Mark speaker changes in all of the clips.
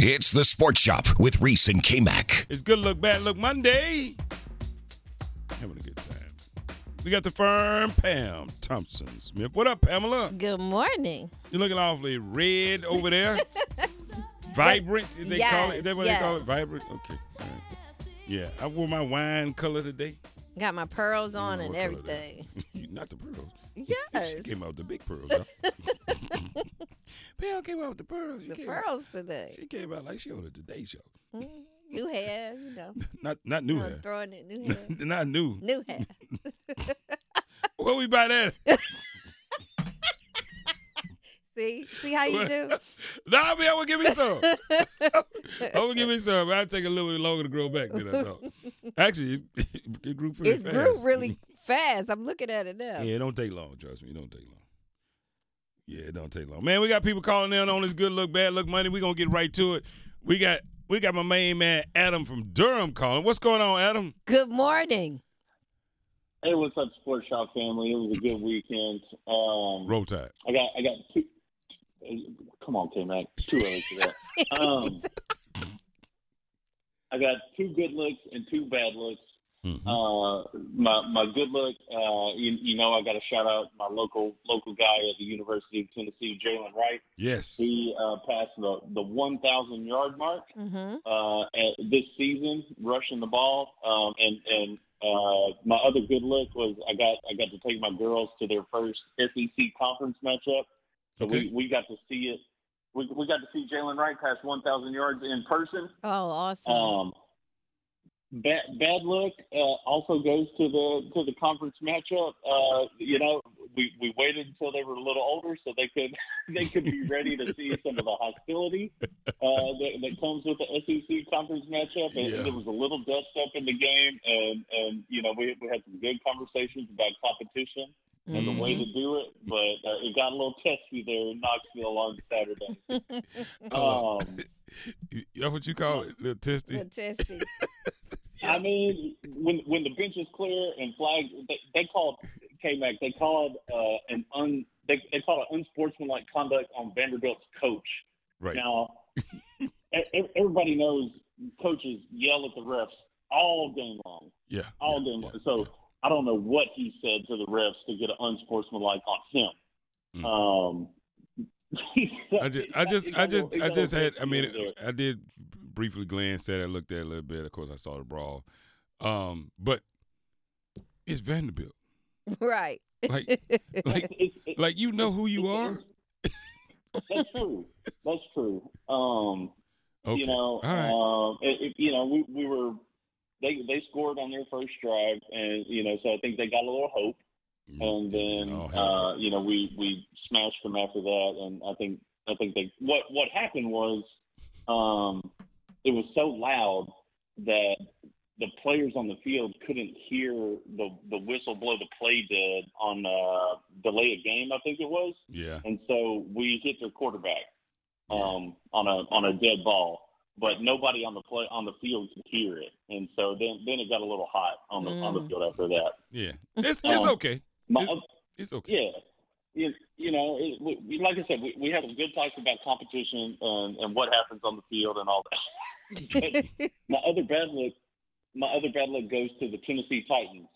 Speaker 1: It's the Sports Shop with Reese and K Mac.
Speaker 2: It's Good Look, Bad Look Monday. Having a good time. We got the firm Pam Thompson Smith. What up, Pamela?
Speaker 3: Good morning.
Speaker 2: You're looking awfully red over there. Vibrant, is they call it? Is that what they call it?
Speaker 3: Yes, yes.
Speaker 2: Vibrant? Okay. all right. Yeah, I wore my wine color today.
Speaker 3: Got my pearls on
Speaker 2: know
Speaker 3: and
Speaker 2: what color that
Speaker 3: everything.
Speaker 2: You- Not the pearls. She
Speaker 3: Yes.
Speaker 2: came out with the big pearls. Huh? Pam came out with the pearls. She
Speaker 3: The
Speaker 2: came-
Speaker 3: pearls today.
Speaker 2: She came out like she on the Today Show.
Speaker 3: New hair, you know.
Speaker 2: Not not new
Speaker 3: I'm
Speaker 2: hair.
Speaker 3: throwing it. New hair.
Speaker 2: not new.
Speaker 3: New hair.
Speaker 2: What we buy that?
Speaker 3: See? See how you do?
Speaker 2: Nah, man, I will give me some. I will give me some. I take a little bit longer to grow back than I thought. Actually, it, it grew pretty
Speaker 3: It's
Speaker 2: fast.
Speaker 3: grew really fast. I'm looking at it now.
Speaker 2: Yeah, it don't take long. Trust me, it don't take long. Yeah, it don't take long. Man, we got people calling in on this good look, bad look money. We gonna get right to it. We got we got my main man Adam from Durham calling. What's going on, Adam?
Speaker 3: Good morning.
Speaker 4: Hey, what's up, Sports Shop family? It was a good weekend. Um,
Speaker 2: Roll Tide.
Speaker 4: I got, I got two. uh, Come on, K Mac. It's Too early for that. Um, I got two good looks and two bad looks. Uh, my my good look, uh, you, you know, I got to shout out my local local guy at the University of Tennessee, Jalen Wright.
Speaker 2: Yes.
Speaker 4: He uh, passed the the one thousand yard mark
Speaker 3: Mm-hmm.
Speaker 4: uh, at this season, rushing the ball. Um, and and uh, my other good look was I got I got to take my girls to their first SEC conference matchup. So
Speaker 2: Okay.
Speaker 4: we, we got to see it. We, we got to see Jalen Wright pass 1,000 yards in person.
Speaker 3: Oh, awesome.
Speaker 4: Um, bad, bad look uh, also goes to the to the conference matchup. Uh, you know, we, we waited until they were a little older so they could they could be ready to see some of the hostility uh, that, that comes with the SEC conference matchup. And
Speaker 2: Yeah.
Speaker 4: there was a little dust up in the game, and and you know we we had some good conversations about competition. And
Speaker 3: Mm-hmm.
Speaker 4: the way to do it, but uh, it got a little testy there in Knoxville on Saturday.
Speaker 2: Uh,
Speaker 4: Um,
Speaker 2: that's what you call it, little testy.
Speaker 3: Good testing.
Speaker 4: I mean, when when the bench was clear and flag, they, they called K Mac. They called uh, an un they, they called an unsportsmanlike conduct on Vanderbilt's coach.
Speaker 2: Right.
Speaker 4: Now, e- e- everybody knows coaches yell at the refs all game long,
Speaker 2: Yeah.
Speaker 4: all
Speaker 2: yeah,
Speaker 4: game
Speaker 2: yeah,
Speaker 4: long. So I don't know what he said to the refs to get an unsportsmanlike on him.
Speaker 2: Mm.
Speaker 4: Um,
Speaker 2: I just, I just, I just, I just had. I mean, I did briefly glance at it, looked at it a little bit. Of course, I saw the brawl, um, but it's Vanderbilt.
Speaker 3: right.
Speaker 2: Like, like,
Speaker 4: It's- it's-
Speaker 2: like you know who you are.
Speaker 4: That's true. That's true. Um,
Speaker 2: Okay.
Speaker 4: You know,
Speaker 2: All right.
Speaker 4: um, it, it- you know, we, we were they they scored on their first drive, and you know, so I think they got a little hope, uh, and then
Speaker 2: Oh, hell.
Speaker 4: uh, you know, we we smashed them after that, and I think I think they what what happened was, um, it was so loud that the players on the field couldn't hear the the whistle blow the play dead on uh, delay of game, I think it was
Speaker 2: yeah.
Speaker 4: and so we hit their quarterback um, on a on a dead ball, but nobody on the play on the field could hear it, and so then then it got a little hot on the on the
Speaker 3: Mm.
Speaker 4: field after that.
Speaker 2: Yeah. It's it's
Speaker 4: Um,
Speaker 2: okay.
Speaker 4: My,
Speaker 2: It-
Speaker 4: oth-
Speaker 2: It's okay.
Speaker 4: yeah, you, you know, it, we, we- like I said, we, we had a good talk about competition and and what happens on the field and all that. My other bad look, my other bad look goes to the Tennessee Titans.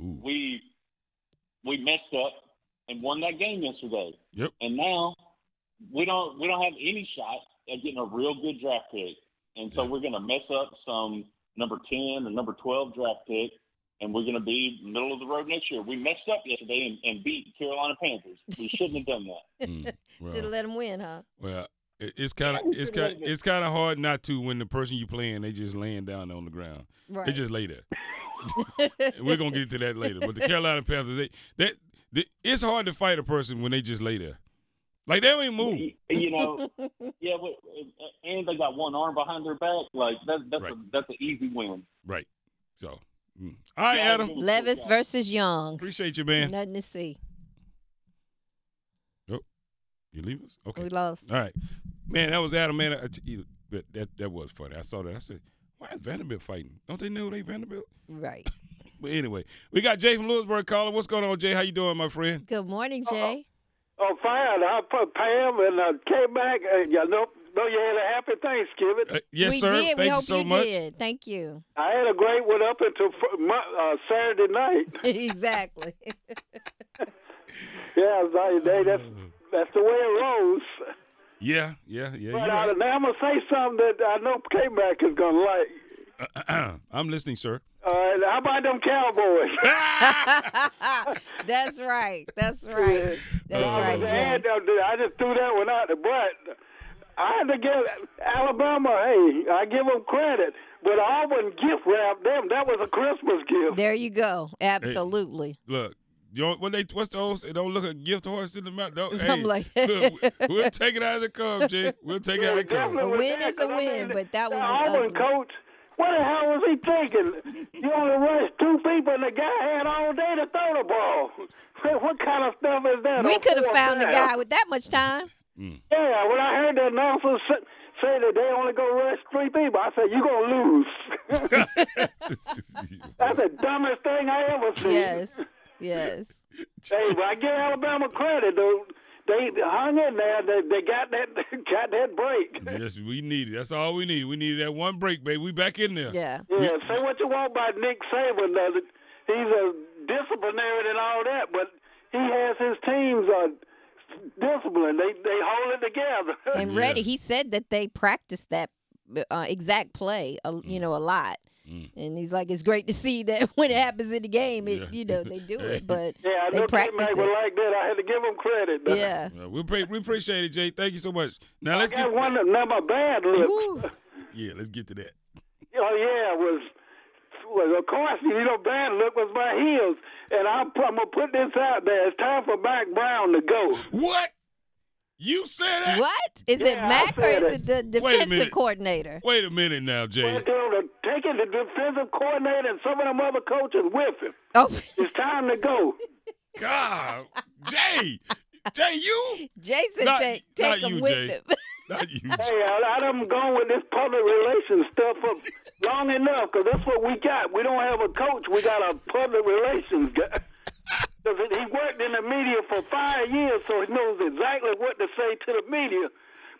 Speaker 2: Ooh.
Speaker 4: We we messed up and won that game yesterday.
Speaker 2: Yep.
Speaker 4: And now we don't we don't have any shot at getting a real good draft pick. And so
Speaker 2: Yeah.
Speaker 4: we're gonna mess up some number ten and number twelve draft pick and we're gonna be middle of the road next year. We messed up yesterday and, and beat Carolina Panthers. We shouldn't have done that.
Speaker 2: Mm.
Speaker 3: Should have
Speaker 2: Well,
Speaker 3: let him win, huh?
Speaker 2: well, it- it's kind of it's kind it's kind of hard not to when the person you playing they just laying down on the ground.
Speaker 3: Right.
Speaker 2: They just lay there. And we're gonna get to that later. But the Carolina Panthers, they, that they, it's hard to fight a person when they just lay there, like they don't even move.
Speaker 4: You, you know, yeah, but, and they got one arm behind their back. Like that's that's a,
Speaker 2: Right.
Speaker 4: that's an easy win.
Speaker 2: Right. So, mm. all right, Adam,
Speaker 3: Levis versus Young.
Speaker 2: appreciate you, man.
Speaker 3: Nothing to see.
Speaker 2: You leave us, okay?
Speaker 3: We lost.
Speaker 2: All right, man. That was Adam, man. I- I- But that that was funny. I saw that. I said, why is Vanderbilt fighting? Don't they know they Vanderbilt?
Speaker 3: Right.
Speaker 2: But anyway, we got Jay from Lewisburg calling. What's going on, Jay? How you doing, my friend?
Speaker 3: Good morning, Jay.
Speaker 5: Oh, fine. I put Pam and uh, K Mac, and you know, know you had a happy Thanksgiving.
Speaker 2: Uh, yes,
Speaker 3: we
Speaker 2: sir.
Speaker 3: did.
Speaker 2: Thank
Speaker 3: we
Speaker 2: you
Speaker 3: hope
Speaker 2: so
Speaker 3: you
Speaker 2: much.
Speaker 3: did. Thank you.
Speaker 5: I had a great one up until fr- mon- uh, Saturday night.
Speaker 3: exactly.
Speaker 5: Yeah, I was like, hey, that's that's the way it rolls.
Speaker 2: Yeah, yeah, yeah.
Speaker 5: But
Speaker 2: you're
Speaker 5: I,
Speaker 2: right.
Speaker 5: now I'm gonna say something that I know K Mac is gonna like.
Speaker 2: I'm listening, sir.
Speaker 5: Uh, how about them Cowboys?
Speaker 3: That's right. That's right. That's
Speaker 2: Oh,
Speaker 3: right,
Speaker 5: The
Speaker 3: Jay.
Speaker 5: ad, uh, I just threw that one out the butt. I had to give Alabama, hey, I give them credit, but I wouldn't gift wrap them. That was a Christmas gift.
Speaker 3: There you go. Absolutely.
Speaker 2: Look, you know, what they what's the old say? Don't look a gift horse in the mouth. Don't,
Speaker 3: Something
Speaker 2: hey,
Speaker 3: like that.
Speaker 2: Look, we- we'll take it as it comes, Jay. We'll take it
Speaker 5: Yeah,
Speaker 2: as it
Speaker 5: definitely
Speaker 2: comes.
Speaker 3: A
Speaker 5: was
Speaker 3: win
Speaker 5: that,
Speaker 3: is a
Speaker 5: 'cause I
Speaker 3: win,
Speaker 5: mean,
Speaker 3: but that
Speaker 5: the
Speaker 3: one was
Speaker 5: Auburn
Speaker 3: ugly.
Speaker 5: coach, what the hell was he thinking? You only rushed two people, and the guy had all day to throw the ball. What kind of stuff is that?
Speaker 3: We
Speaker 5: on
Speaker 3: could have
Speaker 5: fourth
Speaker 3: found the
Speaker 5: down?
Speaker 3: guy with that much time.
Speaker 5: Yeah, when I heard the announcer sa- say that they only go rush three people, I said, you going to lose. That's the dumbest thing I ever seen.
Speaker 3: Yes. Yes.
Speaker 5: Hey, but I give Alabama credit though. They hung in there. They, they got that got that break.
Speaker 2: yes, we need it. That's all we need. We need that one break, baby. We back in there.
Speaker 3: Yeah.
Speaker 5: Yeah. Say what you want about Nick Saban. Though. that He's a disciplinarian and all that, but he has his teams on discipline. They they hold it together.
Speaker 3: And
Speaker 2: Uh, Yeah.
Speaker 3: ready. He said that they practiced that uh, exact play, a, you
Speaker 2: Mm.
Speaker 3: know, a lot. And he's like, it's great to see that when it happens in the game, it,
Speaker 2: Yeah.
Speaker 3: you know, they do
Speaker 2: Hey.
Speaker 3: it, but
Speaker 5: yeah, I
Speaker 3: they
Speaker 5: know K
Speaker 3: practice
Speaker 5: Mac
Speaker 3: it.
Speaker 5: was like that. I had to give him credit. Though.
Speaker 3: yeah.
Speaker 2: Uh, we, pre- we appreciate it, Jay. Thank you so much. Now
Speaker 5: I
Speaker 2: let's get
Speaker 5: got one of number bad lips.
Speaker 3: Woo.
Speaker 2: yeah, let's get to that.
Speaker 5: Oh yeah, it was was of course you know bad look was my heels, and I'm, I'm gonna put this out there. It's time for Mac Brown to go.
Speaker 2: What you said? That?
Speaker 3: What? Is it
Speaker 5: Yeah, I
Speaker 3: Mac or
Speaker 5: said
Speaker 3: is it
Speaker 5: it.
Speaker 3: the
Speaker 2: Wait a
Speaker 3: defensive
Speaker 2: minute.
Speaker 3: coordinator?
Speaker 2: Wait a minute now, Jay.
Speaker 5: But they're gonna take it to defensive coordinator and some of them other coaches with him.
Speaker 3: Oh,
Speaker 5: It's time to go.
Speaker 2: God, Jay, Jay, you,
Speaker 3: Jason,
Speaker 2: Not-
Speaker 3: take,
Speaker 2: not
Speaker 3: take him
Speaker 2: you,
Speaker 3: with
Speaker 2: Jay.
Speaker 3: him.
Speaker 2: not you. Jay.
Speaker 5: Hey, I, I done gone with this public relations stuff for long enough because that's what we got. We don't have a coach. We got a public relations guy. Cause he worked in the media for five years, so he knows exactly what to say to the media.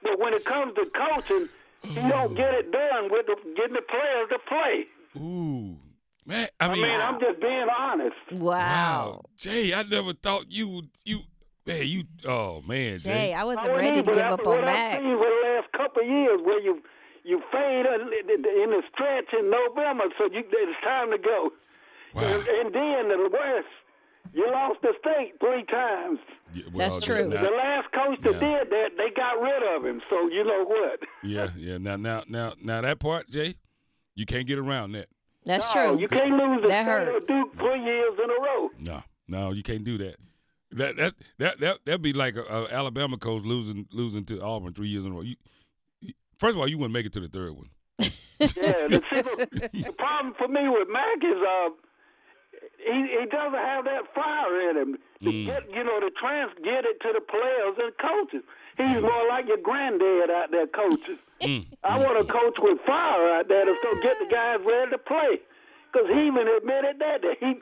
Speaker 5: But when it comes to coaching, he don't get it done with the, getting the players to play.
Speaker 2: Ooh, man. I
Speaker 5: I
Speaker 2: mean,
Speaker 5: mean, I'm just being honest.
Speaker 3: Wow.
Speaker 2: Jay, I never thought you would you. Man, you. Oh man, Jay.
Speaker 3: Jay, I wasn't
Speaker 5: I wouldn't
Speaker 3: ready to
Speaker 5: either,
Speaker 3: give
Speaker 5: after
Speaker 3: up on
Speaker 5: what I've
Speaker 3: Mac.
Speaker 5: seen for the last couple of years, where you you fade in in the stretch in November, so you, it's time to go.
Speaker 2: wow.
Speaker 5: And then the worst, you lost the state three times.
Speaker 2: Yeah, well,
Speaker 3: That's
Speaker 2: now-
Speaker 3: true.
Speaker 2: now-
Speaker 5: The last coach that
Speaker 2: Yeah.
Speaker 5: did that, they got rid of him. So you know what?
Speaker 2: yeah, yeah. Now, now, now, now that part, Jay, you can't get around that.
Speaker 3: That's
Speaker 5: No,
Speaker 3: true.
Speaker 5: You can't lose the
Speaker 3: That
Speaker 5: state
Speaker 3: hurts.
Speaker 5: of Duke three years in a row.
Speaker 2: No, no, you can't do that. That that that that that'd be like a, a Alabama coach losing losing to Auburn three years in a row. You, you- first of all, you wouldn't make it to the third one.
Speaker 5: Yeah. The, see, the- the problem for me with Mac is uh, he he doesn't have that fire in him to
Speaker 3: Mm.
Speaker 5: get you know to trans get it to the players and coaches. He's
Speaker 3: Mm.
Speaker 5: more like your granddad out there coaching. I want a coach with fire out there that's gonna get the guys ready to play. Cause he even admitted that that he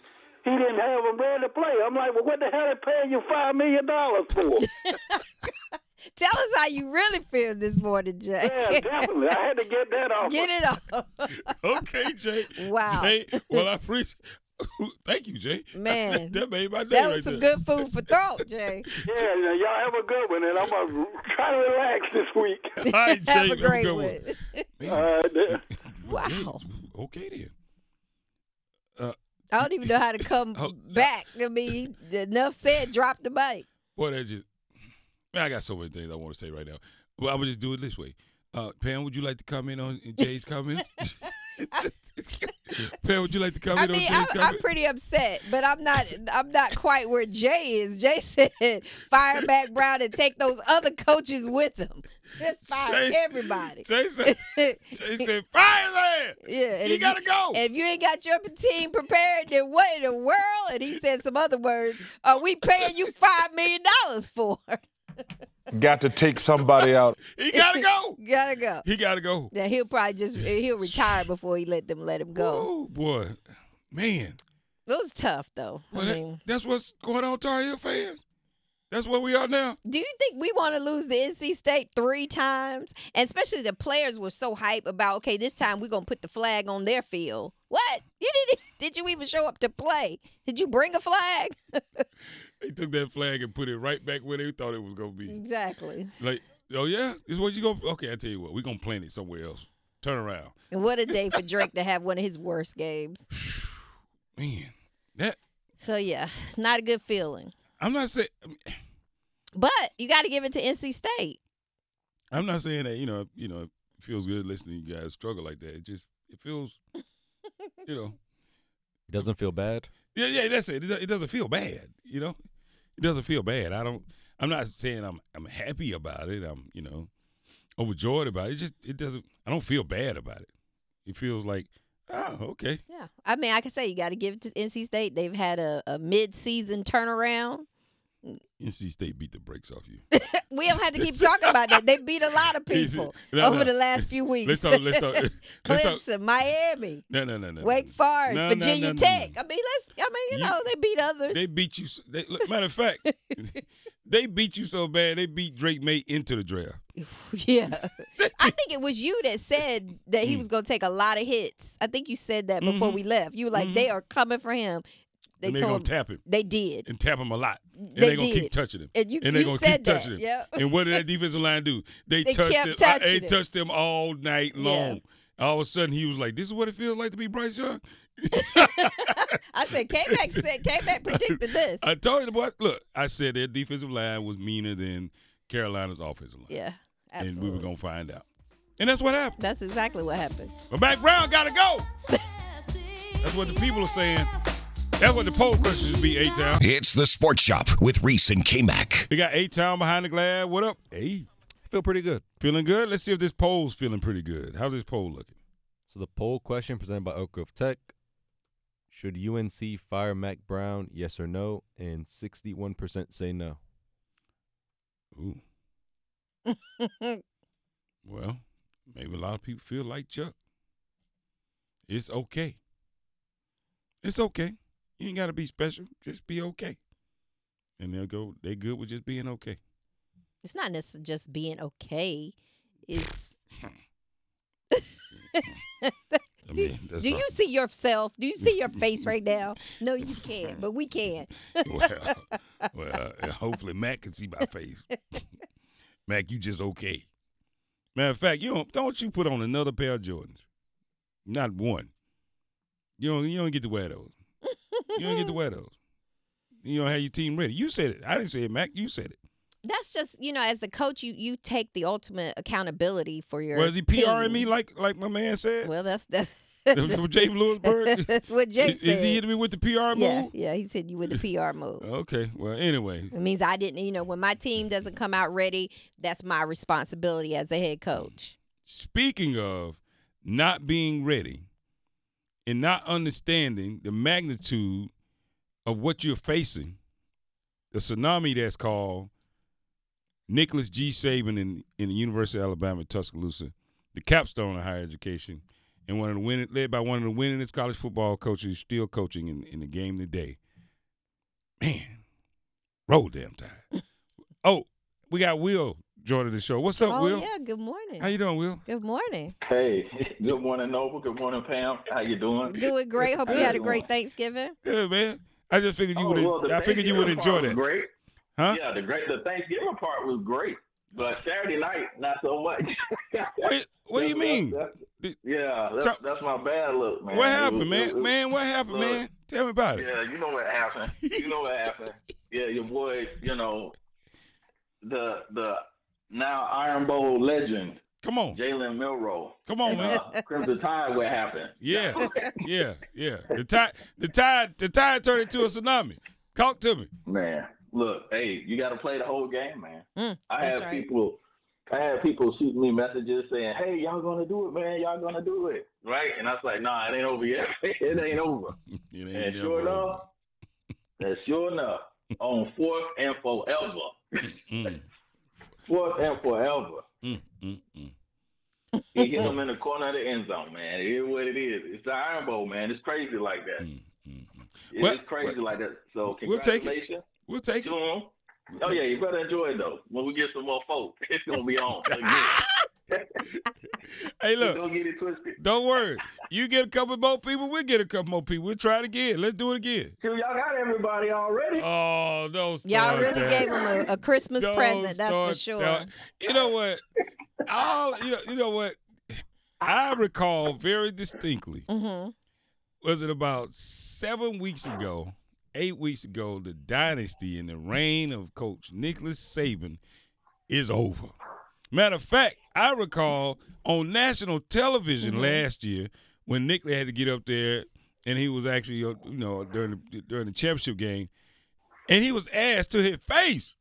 Speaker 5: he didn't have them ready to play. I'm like, well, what the hell they paying you five million dollars for?
Speaker 3: Tell us how you really feel this morning, Jay.
Speaker 5: yeah, definitely. I had to get that off.
Speaker 3: Get it off.
Speaker 2: Okay, Jay.
Speaker 3: Wow.
Speaker 2: Jay, well, I appreciate. Thank you, Jay.
Speaker 3: Man.
Speaker 2: that made my day.
Speaker 3: That
Speaker 2: right
Speaker 3: was some
Speaker 2: there.
Speaker 3: good food for thought, Jay.
Speaker 5: Yeah, yeah, y'all have a good one, and I'm gonna try to relax this week.
Speaker 2: All right, Jay.
Speaker 3: Have a
Speaker 2: have
Speaker 3: great
Speaker 2: good
Speaker 3: one.
Speaker 5: All
Speaker 4: Uh,
Speaker 5: right, then.
Speaker 2: Well, yeah,
Speaker 3: Wow.
Speaker 2: Okay then.
Speaker 3: I don't even know how to come
Speaker 2: Oh, no.
Speaker 3: back. I mean, enough said, drop the mic.
Speaker 2: Boy, that just man, I got so many things I want to say right now. Well, I would just do it this way. Uh, Pam, would you like to comment on Jay's comments? Pam, would you like to
Speaker 3: I
Speaker 2: comment on
Speaker 3: mean,
Speaker 2: Jay's
Speaker 3: I'm, I'm
Speaker 2: comments?
Speaker 3: pretty upset, but I'm not. I'm not quite where Jay is. Jay said, "Fire back Brown and take those other coaches with him. Just fire
Speaker 2: Jay-
Speaker 3: everybody."
Speaker 2: Jay said, Jay said, fire his
Speaker 3: Yeah, and
Speaker 2: He
Speaker 3: if
Speaker 2: gotta
Speaker 3: you,
Speaker 2: go.
Speaker 3: And if you ain't got your team prepared, then what in the world? And he said some other words. Are we paying you five million dollars for?
Speaker 6: got to take somebody out.
Speaker 2: He gotta go.
Speaker 3: Gotta go.
Speaker 2: He gotta go.
Speaker 3: Now he'll probably just he'll retire before he let them let him go.
Speaker 2: Oh boy, man.
Speaker 3: It was tough though.
Speaker 2: Well,
Speaker 3: I
Speaker 2: that-
Speaker 3: mean,
Speaker 2: that's what's going on, Tar Heel fans. That's where we are now.
Speaker 3: Do you think we want to lose the NC State three times? And especially the players were so hype about, okay, this time we're gonna put the flag on their field. What? You didn't? e-, Did you even show up to play? Did you bring a flag?
Speaker 2: They took that flag and put it right back where they thought it was gonna be.
Speaker 3: exactly.
Speaker 2: Like, oh yeah, this is what you gonna? Okay, I tell you what, we gonna plant it somewhere else. Turn around,
Speaker 3: And what a day for Drake to have one of his worst games.
Speaker 2: man. That
Speaker 3: So yeah, not a good feeling.
Speaker 2: I'm not saying.
Speaker 3: But you got to give it to NC State.
Speaker 2: I'm not saying that you know. You know, it feels good listening to you guys struggle like that. It just it feels, you know.
Speaker 7: It doesn't feel bad.
Speaker 2: Yeah, yeah, that's it. It do- It doesn't feel bad, you know. It doesn't feel bad. I don't. I'm not saying I'm. I'm happy about it. I'm, you know, overjoyed about it. it just it doesn't. I don't feel bad about it. It feels like, oh, okay.
Speaker 3: Yeah, I mean, I can say you got to give it to NC State. They've had a, a mid-season turnaround.
Speaker 2: NC State beat the brakes off you.
Speaker 3: We don't have to keep talking about that. They beat a lot of people
Speaker 2: No,
Speaker 3: over
Speaker 2: no.
Speaker 3: the last few weeks.
Speaker 2: Let's talk. Let's talk. Let's talk.
Speaker 3: Clemson, Miami,
Speaker 2: No, no, no, no.
Speaker 3: Wake
Speaker 2: no.
Speaker 3: Forest,
Speaker 2: No, no,
Speaker 3: Virginia
Speaker 2: no, no, no.
Speaker 3: Tech. I mean, let's. I mean, you,
Speaker 2: You-
Speaker 3: know, they beat others.
Speaker 2: They beat you. s- They, look, matter of fact, they beat you so bad they beat Drake May into the draft.
Speaker 3: yeah, I think it was you that said that
Speaker 2: Mm.
Speaker 3: he was going to take a lot of hits. I think you said that before we left. You were like, they are coming for him. They
Speaker 2: Mm-hmm. and they're gonna
Speaker 3: told him
Speaker 2: tap him
Speaker 3: they did.
Speaker 2: and tap him a lot. And
Speaker 3: They
Speaker 2: are gonna
Speaker 3: did.
Speaker 2: keep touching him.
Speaker 3: And you-
Speaker 2: they're
Speaker 3: you
Speaker 2: gonna
Speaker 3: said
Speaker 2: keep
Speaker 3: that,
Speaker 2: touching him.
Speaker 3: yep.
Speaker 2: And what did that defensive line do? They,
Speaker 3: They
Speaker 2: touched
Speaker 3: kept
Speaker 2: him. I-
Speaker 3: touching
Speaker 2: they
Speaker 3: him.
Speaker 2: touched him all night
Speaker 3: Yeah.
Speaker 2: long. All of a sudden he was like, This is what it feels like to be Bryce Young.
Speaker 3: I said, K Mac said, K Mac predicted this.
Speaker 2: I told you what look, I said their defensive line was meaner than Carolina's offensive line.
Speaker 3: Yeah,
Speaker 2: and
Speaker 3: absolutely.
Speaker 2: we were gonna find out. And that's what happened.
Speaker 3: That's exactly what happened.
Speaker 2: But Mac Brown gotta go. That's what the people are saying. That's what the poll questions be, A Town.
Speaker 1: It's the Sports Shop with Reese and K Mac.
Speaker 2: We got A Town behind the glass. What up? Hey.
Speaker 7: Feel pretty good.
Speaker 2: Feeling good? Let's see if this poll's feeling pretty good. How's this poll looking?
Speaker 7: So the poll question presented by Oak Grove Tech: Should UNC fire Mac Brown? Yes or no? And sixty-one percent say no.
Speaker 2: Ooh. well, maybe a lot of people feel like Chuck. It's okay. It's okay. You ain't gotta be special. Just be okay. And they'll go, they good with just being okay.
Speaker 3: It's not necessarily just being okay. It's
Speaker 2: I
Speaker 3: do,
Speaker 2: mean, that's
Speaker 3: do
Speaker 2: all.
Speaker 3: you see yourself? Do you see your face right now? No, you can't, but we can.
Speaker 2: well, well, uh, hopefully Mac can see my face. Mac, you just okay. Matter of fact, you don't don't you put on another pair of Jordans? Not one. You don't you don't get to wear those. You don't get to wear those. You don't have your team ready. You said it. I didn't say it, Mac. You said it.
Speaker 3: That's just you know, as the coach, you you take the ultimate accountability for your.
Speaker 2: Was he PRing me
Speaker 3: team.
Speaker 2: like like my man said?
Speaker 3: Well, that's that's
Speaker 2: From Jay Lewisburg?
Speaker 3: that's what Jay
Speaker 2: is,
Speaker 3: said.
Speaker 2: is he hitting me with the PR
Speaker 3: yeah,
Speaker 2: move?
Speaker 3: yeah, he said you with the PR move.
Speaker 2: Okay. Well, anyway,
Speaker 3: It means I didn't, you know, when my team doesn't come out ready, that's my responsibility as a head coach.
Speaker 2: Speaking of not being ready and not understanding the magnitude of what you're facing, the tsunami that's called Nicholas G. Saban in, in the University of Alabama at Tuscaloosa, the capstone of higher education, and one of the winning, led by one of the winningest college football coaches still coaching in, in the game today. Man, roll damn time. oh, we got Will joining the show. What's up,
Speaker 3: oh
Speaker 2: Will?
Speaker 3: yeah, good morning.
Speaker 2: How you doing, Will?
Speaker 3: good morning.
Speaker 4: Hey, good morning, Noble. Good morning, Pam. How you doing?
Speaker 3: Doing great. Hope you had a great Thanksgiving.
Speaker 2: Good man. I just figured you
Speaker 4: Oh,
Speaker 2: would.
Speaker 4: well, the
Speaker 2: I figured you would
Speaker 4: Thanksgiving
Speaker 2: enjoy
Speaker 4: part was
Speaker 2: that,
Speaker 4: Great.
Speaker 2: huh?
Speaker 4: Yeah, the great the Thanksgiving part was great, but Saturday night not so much.
Speaker 2: What, what do you mean? Did-
Speaker 4: yeah, that's,
Speaker 2: So-
Speaker 4: that's my bad look, man.
Speaker 2: What
Speaker 4: It
Speaker 2: happened,
Speaker 4: was-
Speaker 2: man?
Speaker 4: it was-
Speaker 2: Man, what happened,
Speaker 4: look.
Speaker 2: man? Tell me about it.
Speaker 4: Yeah, you know what happened. You know what happened. Yeah, your boy, you know, the the now Iron Bowl legend
Speaker 2: Come on,
Speaker 4: Jalen Milrow.
Speaker 2: come on, man.
Speaker 4: Uh, Crimson Tide, what happened?
Speaker 2: Yeah, yeah, yeah. The tide, the tide, the tide turned into a tsunami. Talk to me.
Speaker 4: Man, look, hey, you got to play the whole game, man.
Speaker 3: Mm,
Speaker 4: I
Speaker 3: that's
Speaker 4: had
Speaker 3: right.
Speaker 4: people, I had people shooting me messages saying, "Hey, y'all gonna do it, man? Y'all gonna do it, right?" And I was like, "Nah, it ain't over yet. it ain't over."
Speaker 2: It ain't
Speaker 4: And
Speaker 2: never over.
Speaker 4: sure enough, and sure enough, on fourth and forever,
Speaker 2: Mm,
Speaker 4: fourth and forever,
Speaker 2: mm, mm, mm.
Speaker 4: he hit him in the corner of the end zone, man. It is what it is. It's the Iron Bowl, man. It's crazy like that.
Speaker 2: mm, mm.
Speaker 4: It's
Speaker 2: Well,
Speaker 4: crazy like that. So
Speaker 2: we'll take it.
Speaker 4: congratulations
Speaker 2: We'll take
Speaker 4: to
Speaker 2: it.
Speaker 4: him. Oh yeah, you better enjoy it though. When we get some more folk, it's gonna be on. Again.
Speaker 2: Hey, look.
Speaker 4: Don't get it twisted.
Speaker 2: Don't worry. You get a couple more people, we'll get a couple more people. We'll try it again. Let's do it again.
Speaker 4: Shoot, y'all got everybody already.
Speaker 2: Oh, no.
Speaker 3: Y'all really gave him a, a Christmas
Speaker 2: Don't
Speaker 3: present, that's for sure.
Speaker 2: start that. You know what? All you know, you know what? I recall very distinctly.
Speaker 3: Mm-hmm.
Speaker 2: Was it about seven weeks ago, eight weeks ago? The dynasty in the reign of Coach Nicholas Saban is over. Matter of fact, I recall on national television last year when Nicholas had to get up there, and he was actually uh, you know during the, during the championship game, and he was asked to his face,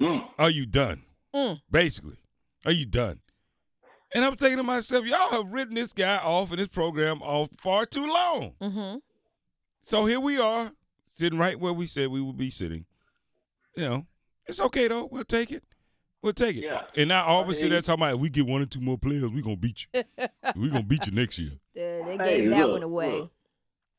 Speaker 4: Mm.
Speaker 2: "Are you done?"
Speaker 3: Mm.
Speaker 2: basically. Are you done? And I'm thinking to myself, y'all have written this guy off and this program off far too long.
Speaker 3: Mm-hmm.
Speaker 2: So here we are, sitting right where we said we would be sitting. You know, it's okay though. We'll take it. We'll take it.
Speaker 4: Yeah.
Speaker 2: And now all of a
Speaker 4: I mean-
Speaker 2: sudden they're talking about if we get one or two more players, we're gonna beat you. we're gonna beat you next year.
Speaker 3: they
Speaker 4: Hey,
Speaker 3: gave that
Speaker 4: look,
Speaker 3: one away.
Speaker 4: look.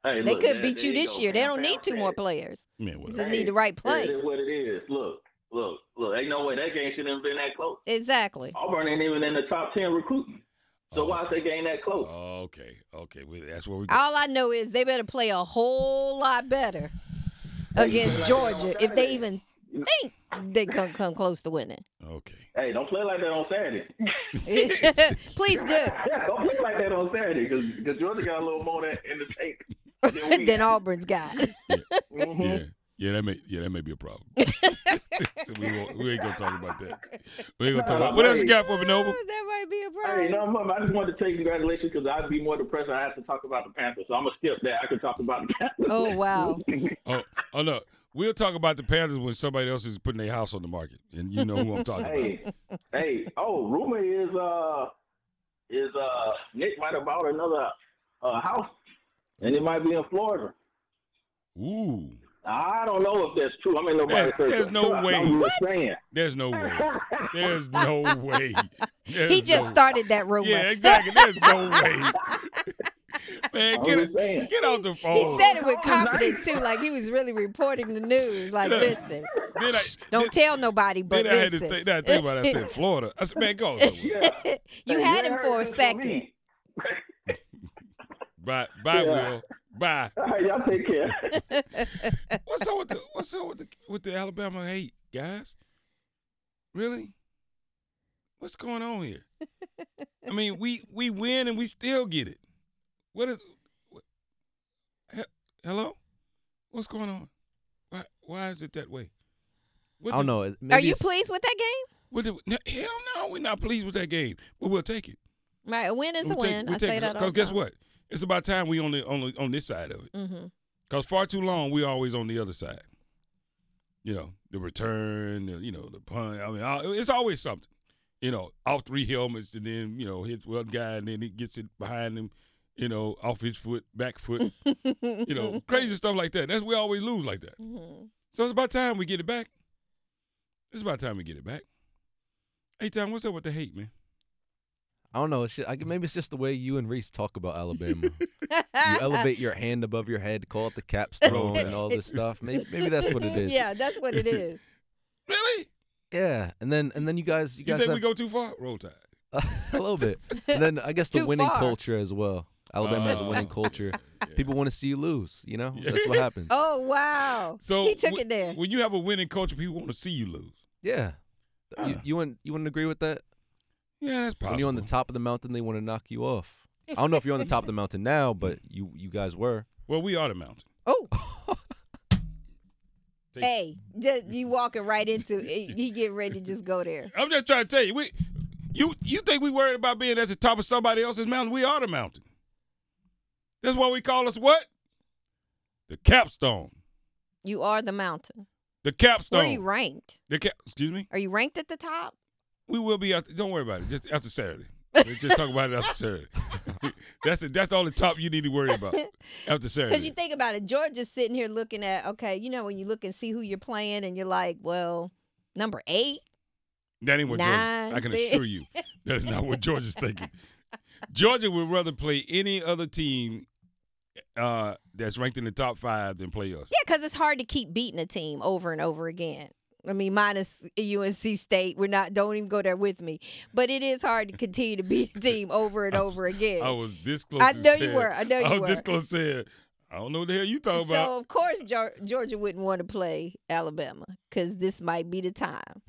Speaker 4: Hey,
Speaker 3: They
Speaker 4: look,
Speaker 3: could
Speaker 4: there-
Speaker 3: beat you
Speaker 4: there
Speaker 3: this
Speaker 4: go,
Speaker 3: year. They
Speaker 4: man.
Speaker 3: don't need two more
Speaker 4: Hey,
Speaker 3: players.
Speaker 2: Man, whatever.
Speaker 3: They just need the right
Speaker 4: It
Speaker 3: play.
Speaker 4: is what it is. Look, look, look. Ain't no way that game should have been that close.
Speaker 3: Exactly.
Speaker 4: Auburn ain't even in the top ten recruiting.
Speaker 2: Oh.
Speaker 4: So why is that game that close?
Speaker 2: Okay, okay. Well, that's where we go.
Speaker 3: All I know is they better play a whole lot better against Georgia if they even think they can come close to winning.
Speaker 2: Okay.
Speaker 4: Hey, don't play like that on Saturday.
Speaker 3: Please do.
Speaker 4: don't play like that on Saturday because Georgia got a little more than in the tank. than we
Speaker 3: than
Speaker 4: got.
Speaker 3: Auburn's got.
Speaker 4: Mhm.
Speaker 2: Yeah. Yeah, that may yeah, that may be a problem. So we, won't, we ain't gonna talk about that. We ain't gonna talk about what else you got for me, Noble?
Speaker 3: that might be a
Speaker 4: Hey,
Speaker 3: problem.
Speaker 4: no, Mom, I just wanted to tell you congratulations because I'd be more depressed. if I have to talk about the Panthers, so I'm gonna skip that. I could talk about the Panthers.
Speaker 3: Oh wow.
Speaker 2: Oh, oh look, we'll talk about the Panthers when somebody else is putting their house on the market, and you know who I'm talking about.
Speaker 4: hey, hey. Oh, rumor is uh is uh Nick might have bought another uh, house, and it might be in Florida.
Speaker 2: Ooh,
Speaker 4: I don't know if that's true. I mean, nobody.
Speaker 2: There-
Speaker 4: said
Speaker 2: there's
Speaker 4: that's
Speaker 2: no
Speaker 4: true. I'm
Speaker 2: way.
Speaker 4: just
Speaker 2: What?
Speaker 4: saying.
Speaker 2: there's no way. There's no way. There's
Speaker 3: He just
Speaker 2: no-
Speaker 3: started that rumor.
Speaker 2: Yeah, exactly. There's no way. Man,
Speaker 4: I'm
Speaker 2: get
Speaker 4: just saying.
Speaker 2: get off the phone.
Speaker 3: He said it with confidence too, like he was really reporting the news. Like,
Speaker 2: Look.
Speaker 3: listen,
Speaker 2: Then I,
Speaker 3: don't
Speaker 2: then,
Speaker 3: tell nobody, but
Speaker 2: then I had to
Speaker 3: listen,
Speaker 2: think, then I think about it. I said Florida. I said, man, go somewhere.
Speaker 3: you
Speaker 4: Hey,
Speaker 3: had
Speaker 4: that
Speaker 3: him for a
Speaker 4: hurts
Speaker 3: second.
Speaker 4: me.
Speaker 2: Bye, bye,
Speaker 4: Yeah.
Speaker 2: Will. Bye.
Speaker 4: All right, y'all take care.
Speaker 2: What's up with the What's up with the with the Alabama hate, guys? Really? What's going on here? I mean, we we win and we still get it. What is? What, he- hello? What's going on? Why Why is it that way?
Speaker 7: I
Speaker 2: What
Speaker 7: don't
Speaker 2: the-
Speaker 7: know. it-
Speaker 3: Are
Speaker 7: maybe
Speaker 3: you
Speaker 7: it's-
Speaker 3: pleased with that game?
Speaker 2: What the, no, hell no, we're not pleased with that game, but we'll take it.
Speaker 3: Right, a win is a
Speaker 2: We'll take-
Speaker 3: win.
Speaker 2: we'll
Speaker 3: I
Speaker 2: take
Speaker 3: say
Speaker 2: it,
Speaker 3: that all
Speaker 2: Cause guess what? It's about time we on the on the, on this side of it.
Speaker 3: Mm-hmm.
Speaker 2: Because far too long, we always on the other side. You know, the return, the, you know, the punt. I mean, all- it's always something. You know, off three helmets and then, you know, hits one guy and then he gets it behind him, you know, off his foot, back foot, you know, crazy stuff like that. That's we always lose like that. So it's about time we get it back. It's about time we get it back. Hey, time, what's up with the hate, man?
Speaker 7: I don't know. It's just, I, maybe it's just the way you and Reese talk about Alabama. you elevate your hand above your head, call it the capstone, and all this stuff. Maybe, maybe that's what it is.
Speaker 3: Yeah, that's what it is.
Speaker 2: Really?
Speaker 7: Yeah. And then and then you guys you
Speaker 2: You,
Speaker 7: guys
Speaker 2: think
Speaker 7: have
Speaker 2: we go too far? Roll Tide.
Speaker 7: a little bit. And then I guess the
Speaker 3: Too
Speaker 7: winning
Speaker 3: far.
Speaker 7: culture as well. Alabama has a winning
Speaker 2: Oh.
Speaker 7: culture. People want to see you lose. You know, that's what happens.
Speaker 3: Oh wow.
Speaker 2: So
Speaker 3: he took
Speaker 2: when-
Speaker 3: it there.
Speaker 2: When you have a winning culture, people want to see you lose.
Speaker 7: Yeah.
Speaker 2: Ah.
Speaker 7: You, you wouldn't you wouldn't agree with that?
Speaker 2: Yeah, that's possible.
Speaker 7: When you're on the top of the mountain, they want to knock you off. I don't know if you're on the top of the mountain now, but you you guys were.
Speaker 2: Well, we are the mountain.
Speaker 3: Oh.
Speaker 2: Take-
Speaker 3: Hey, just, you walking right into it. He getting ready to just go there.
Speaker 2: I'm just trying to tell you, we, you, you think we worried about being at the top of somebody else's mountain? We are the mountain. That's why we call us what? The capstone.
Speaker 3: You are the mountain.
Speaker 2: The
Speaker 3: Where are you
Speaker 2: capstone.
Speaker 3: ranked?
Speaker 2: the cap. Excuse me.
Speaker 3: Are you ranked at the top?
Speaker 2: We will be out. Don't worry about it. Just after Saturday. We'll just talk about it after Saturday. that's it. That's all the top you need to worry about after Saturday.
Speaker 3: Because you think about it, Georgia's sitting here looking at, okay, you know, when you look and see who you're playing and you're like, well, number eight?
Speaker 2: That ain't what Georgia.
Speaker 3: Nine,
Speaker 2: I can
Speaker 3: ten.
Speaker 2: assure you, that is not what Georgia's thinking. Georgia would rather play any other team uh, that's ranked in the top five than play us.
Speaker 3: Yeah, because it's hard to keep beating a team over and over again. I mean, minus UNC State, we're not. Don't even go there with me. But it is hard to continue to beat a team over and over again.
Speaker 2: I was this close.
Speaker 3: I
Speaker 2: to
Speaker 3: know you
Speaker 2: saying-
Speaker 3: were. I know
Speaker 2: I
Speaker 3: you
Speaker 2: was this
Speaker 3: were.
Speaker 2: close. to Saying, I don't know what the hell you talking
Speaker 3: So
Speaker 2: about.
Speaker 3: of course Geor- Georgia wouldn't want to play Alabama because this might be the time.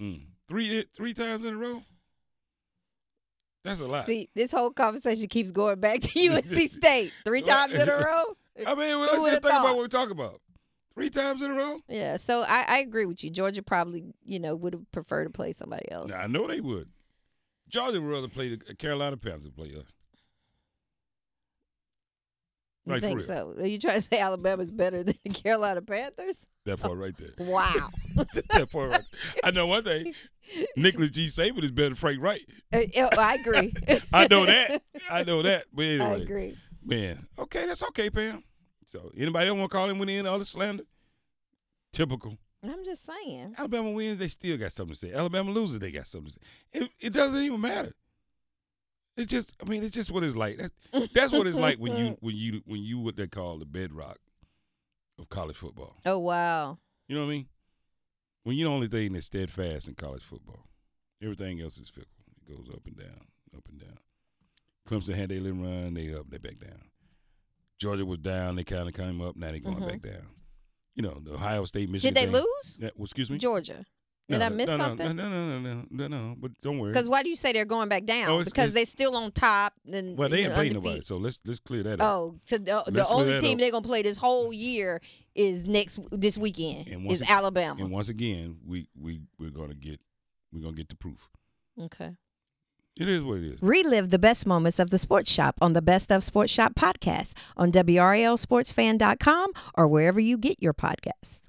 Speaker 2: Mm. Three three times in a row. That's a lot.
Speaker 3: See, this whole conversation keeps going back to UNC State three times in a row.
Speaker 2: I mean,
Speaker 3: who
Speaker 2: let's
Speaker 3: would've
Speaker 2: just think
Speaker 3: thought?
Speaker 2: about what we're talking about. Three times in a row.
Speaker 3: Yeah, so I, I agree with you. Georgia probably, you know, would have preferred to play somebody else.
Speaker 2: Nah, I know they would. Georgia would rather play the uh, Carolina Panthers than play us.
Speaker 3: you
Speaker 2: Like for
Speaker 3: think
Speaker 2: real.
Speaker 3: so? Are you trying to say Alabama's better than the Carolina Panthers?
Speaker 2: That part right there.
Speaker 3: Wow.
Speaker 2: that part right there. I know one thing. Nicholas G. Saban is better than Frank Wright.
Speaker 3: Uh, yeah, I agree.
Speaker 2: I know that. I know that. But anyway.
Speaker 3: I agree.
Speaker 2: Man, okay, that's okay, Pam. So anybody else want to call in with any other slander? Typical.
Speaker 3: I'm just saying.
Speaker 2: Alabama wins, they still got something to say. Alabama loses, they got something to say. It, it doesn't even matter. It's just, I mean, it's just what it's like. That's, that's what it's like when you, when you, when you what they call the bedrock of college football.
Speaker 3: Oh wow.
Speaker 2: You know what I mean? When you're the only thing that's steadfast in college football, everything else is fickle. It goes up and down, up and down. Clemson had their little run, they up, they back down. Georgia was down, they kind of came up, now they going
Speaker 3: Mhm.
Speaker 2: back down. You know, the Ohio State, Michigan.
Speaker 3: Did they
Speaker 2: thing-
Speaker 3: lose?
Speaker 2: Yeah, well, excuse me.
Speaker 3: Georgia.
Speaker 2: No,
Speaker 3: Did I
Speaker 2: no,
Speaker 3: miss
Speaker 2: no, no,
Speaker 3: something?
Speaker 2: No, no, no, no, no, no, no. But don't worry.
Speaker 3: Because why do you say they're going back down?
Speaker 2: Oh, it's-
Speaker 3: because
Speaker 2: it's-
Speaker 3: they're still on top. And
Speaker 2: well, they
Speaker 3: you
Speaker 2: ain't
Speaker 3: know,
Speaker 2: playing
Speaker 3: undefeated.
Speaker 2: nobody, so let's let's clear that up.
Speaker 3: Oh, so the, the
Speaker 2: Let's clear
Speaker 3: only
Speaker 2: that
Speaker 3: team
Speaker 2: up.
Speaker 3: they're gonna play this whole year is next this weekend
Speaker 2: And
Speaker 3: Oh,
Speaker 2: once
Speaker 3: is
Speaker 2: it-
Speaker 3: Alabama.
Speaker 2: And once again, we we we're gonna get we're gonna get the proof.
Speaker 3: okay.
Speaker 2: It is what it is.
Speaker 3: Relive the best moments of the Sports Shop on the Best of Sports Shop podcast on WRLSportsFan.com or wherever you get your podcasts.